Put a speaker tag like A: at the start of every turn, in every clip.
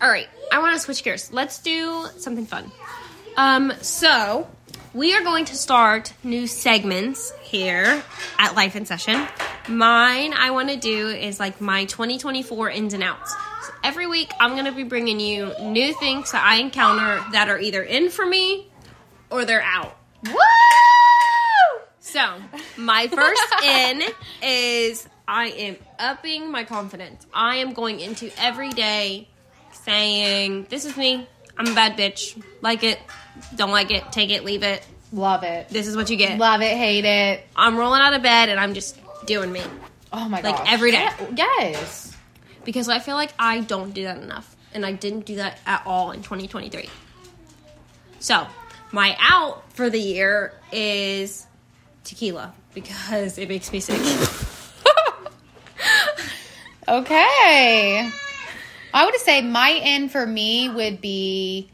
A: All right, I want to switch gears. Let's do something fun. Um, so we are going to start new segments here at Life in Session. Mine, I want to do is like my 2024 ins and outs. So every week, I'm going to be bringing you new things that I encounter that are either in for me or they're out.
B: Woo!
A: So, my first in is I am upping my confidence. I am going into every day saying, This is me. I'm a bad bitch. Like it, don't like it, take it, leave it.
B: Love it.
A: This is what you get.
B: Love it. Hate it.
A: I'm rolling out of bed and I'm just doing me.
B: Oh my god.
A: Like, every day.
B: Yes.
A: Because I feel like I don't do that enough. And I didn't do that at all in 2023. So, my out for the year is tequila because it makes me sick.
B: Okay. I would say my end for me would be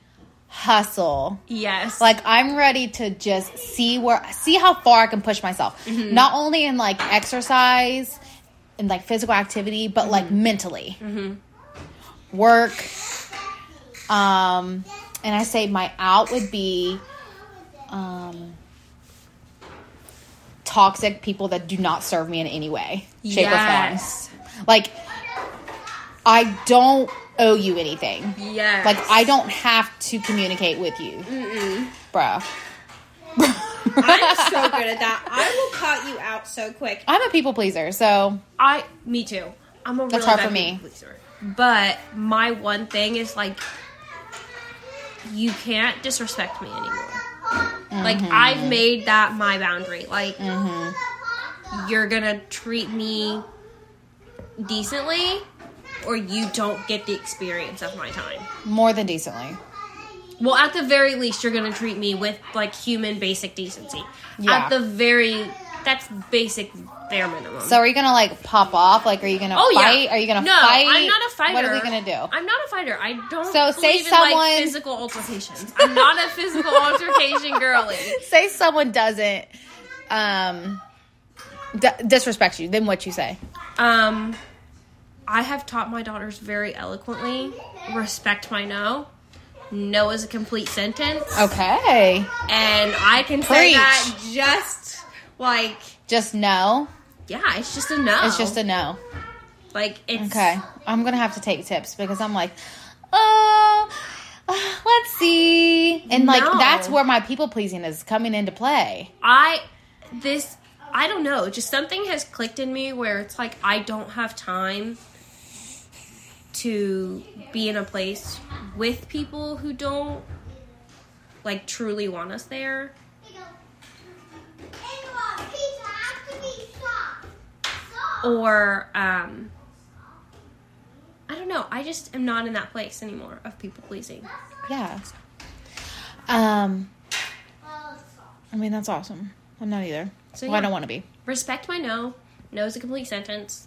B: hustle.
A: Yes.
B: Like I'm ready to just see where see how far I can push myself. Not only in like exercise and like physical activity, but like mentally. Work. Um and I say my out would be um toxic people that do not serve me in any way, shape
A: yes.
B: or form. Like I don't owe you anything.
A: Yes.
B: Like I don't have to communicate with you, bruh.
A: I'm so good at that. I will cut you out so quick.
B: I'm a people pleaser, so
A: I me too. I'm a really
B: That's hard
A: bad
B: for me.
A: people pleaser. But my one thing is like you can't disrespect me anymore. Like
B: Mm-hmm.
A: I've made that my boundary. Like
B: Mm-hmm.
A: you're gonna treat me decently or you don't get the experience of my time.
B: more than decently.
A: Well, at the very least, you're gonna treat me with like human basic decency.
B: Yeah.
A: At the very, that's basic bare minimum.
B: So are you gonna like pop off? Like, are you gonna
A: oh
B: fight?
A: yeah,
B: Are you gonna
A: no,
B: fight?
A: I'm not a fighter.
B: What are we gonna do?
A: I'm not a fighter. I don't.
B: So, say
A: believe in, like,
B: someone-
A: physical altercations. I'm not a physical altercation girly.
B: say someone doesn't um d- disrespect you. Then what you say?
A: Um, I have taught my daughters very eloquently respect my no. No is a complete sentence,
B: Okay,
A: and I can say
B: Oh. Preach.
A: that just like
B: just no.
A: yeah, it's just a no.
B: It's just a no.
A: like it's
B: Okay, I'm gonna have to take tips because I'm like, oh, uh, let's see, and like
A: No.
B: that's where my people pleasing is coming into play.
A: I this I don't know, just something has clicked in me where it's like I don't have time to be in a place with people who don't like truly want us there. Or um I don't know. I just am not in that place anymore of people pleasing.
B: Yeah. Um. I mean, that's awesome. I'm not either.
A: So,
B: well, I
A: yeah.
B: don't want to be.
A: Respect my no. No is a complete sentence.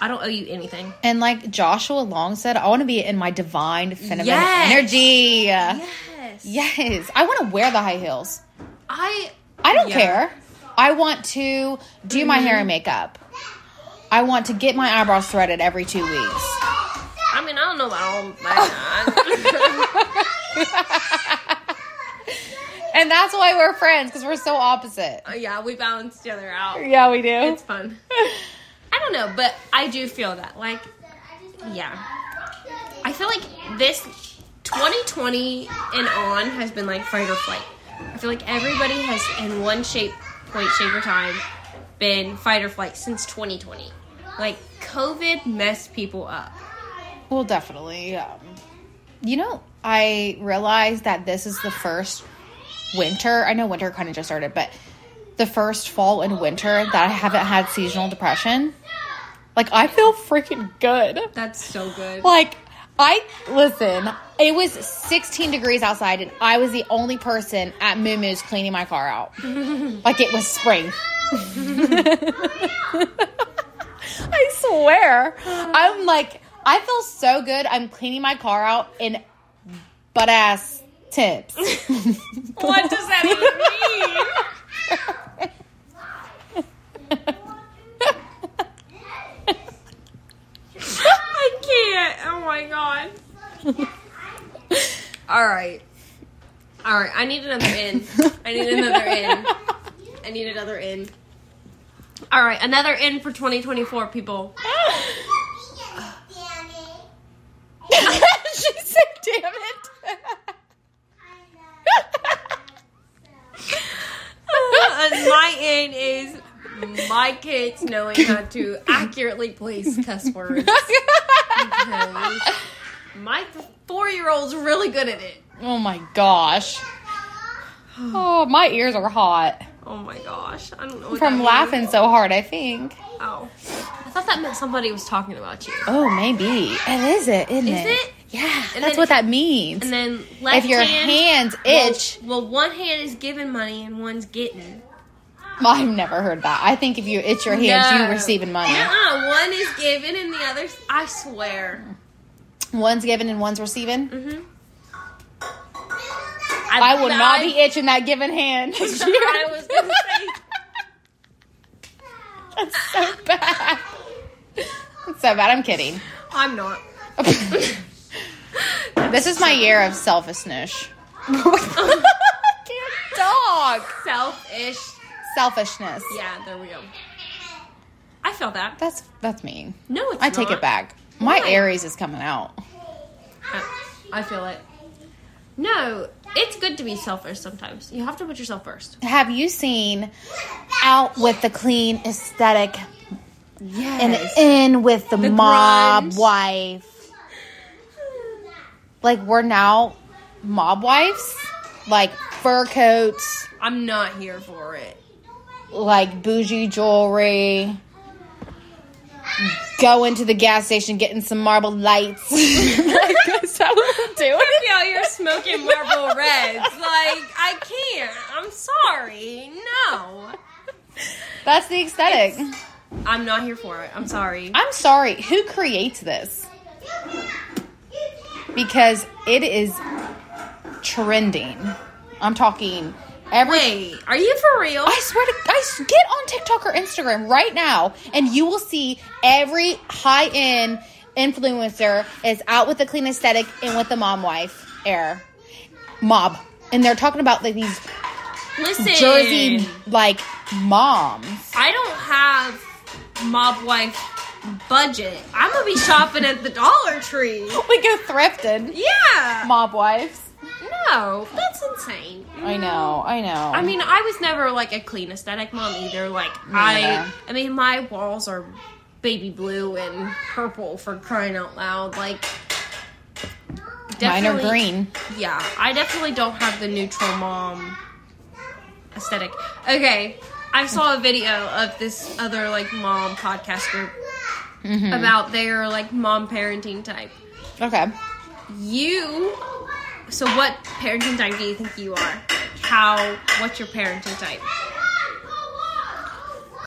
A: I don't owe you anything.
B: And like Joshua Long said, I want to be in my divine feminine
A: Yes.
B: energy.
A: Yes.
B: Yes. I want to wear the high heels.
A: I
B: I don't
A: Yeah. Mm-hmm.
B: care. I want to do my hair and makeup. I want to get my eyebrows threaded every two weeks.
A: I mean, I don't know about all that.
B: And that's why we're friends because we're so opposite.
A: yeah, we balance each other out.
B: Yeah, we do.
A: It's fun. I don't know, but I do feel that. Like, yeah. I feel like this 2020 and on has been like fight or flight. I feel like everybody has, in one shape, point, shape, or time, been fight or flight since 2020. Like, COVID messed people up.
B: Well, definitely. Um, you know, I realized that this is the first winter. I know winter kind of just started, but the first fall and winter that I haven't had seasonal depression. Like, I feel freaking good.
A: That's so good.
B: Like, I listen, it was 16 degrees outside, and I was the only person at Moo Moo's cleaning my car out. like, it was spring. I swear. I'm like, I feel so good. I'm cleaning my car out in butt ass tips.
A: What does that even mean? I can't. Oh my god. All right. All right. I need another in. I need another in. I need another in. All right. Another in for 2024, people.
B: she said, damn it.
A: And Uh, my in is my kids knowing how to accurately place cuss words. Because my four year old's really good at it.
B: oh my gosh. Oh, my ears are hot
A: Oh my gosh. I don't know. What
B: from
A: that
B: laughing so hard, I think.
A: means. Oh. I thought that meant somebody was talking about you.
B: Oh, maybe. It is it, isn't
A: Is
B: it?
A: it?
B: Yeah,
A: And
B: that's
A: then-
B: what that means.
A: And then left
B: If your
A: hand,
B: hands itch,
A: Well, one hand is giving money and one's getting.
B: I've never heard that. I think if you itch your hands,
A: No.
B: you receiving money.
A: Nuh-uh, one is giving and the other. I swear.
B: One's giving and one's receiving.
A: Mm-hmm.
B: I will not be itching that given hand. next year.
A: I was gonna say.
B: That's so bad. That's so bad. I'm kidding.
A: I'm not.
B: this is my year of selfishness. Can't talk.
A: Selfish.
B: Selfishness.
A: Yeah, there we go. I felt that.
B: That's that's mean.
A: No, it's
B: I take
A: not.
B: it back. My
A: Why?
B: Aries is coming out.
A: I- I feel it. No, it's good to be selfish sometimes. You have to put yourself first.
B: Have you seen out with the clean aesthetic
A: Yes.
B: and in with the, mob
A: grunge.
B: wife? Like we're now mob wives, like fur coats,
A: I'm not here for it.
B: like bougie jewelry. Go into the gas station, getting some marble lights. like, is that what we're doing?
A: Look out, you're smoking marble reds. Like, I can't. I'm sorry. No.
B: That's the aesthetic.
A: I'm not here for it. I'm sorry.
B: I'm sorry, who creates this? Because it is trending. I'm talking every.
A: Wait, are you for real?
B: I swear to I s- get on TikTok or Instagram right now, and you will see every high end influencer is out with the clean aesthetic and with the mom wife air mob, and they're talking about like these
A: Listen.
B: Jersey like moms.
A: I don't have mob wife budget. I'm gonna be shopping at the Dollar Tree.
B: We go thrifted
A: Yeah.
B: mob wives.
A: No, that's insane.
B: I know, I know.
A: I mean, I was never like a clean aesthetic mom either. Like
B: Yeah.
A: I, I mean, my walls are baby blue and purple for crying out loud. Like,
B: mine are
A: definitely-
B: green.
A: Yeah, I definitely don't have the neutral mom aesthetic. Okay, I saw a video of this other like mom podcast group about their like mom parenting type.
B: Okay.
A: You, so what parenting type do you think you are? How? What's your parenting type?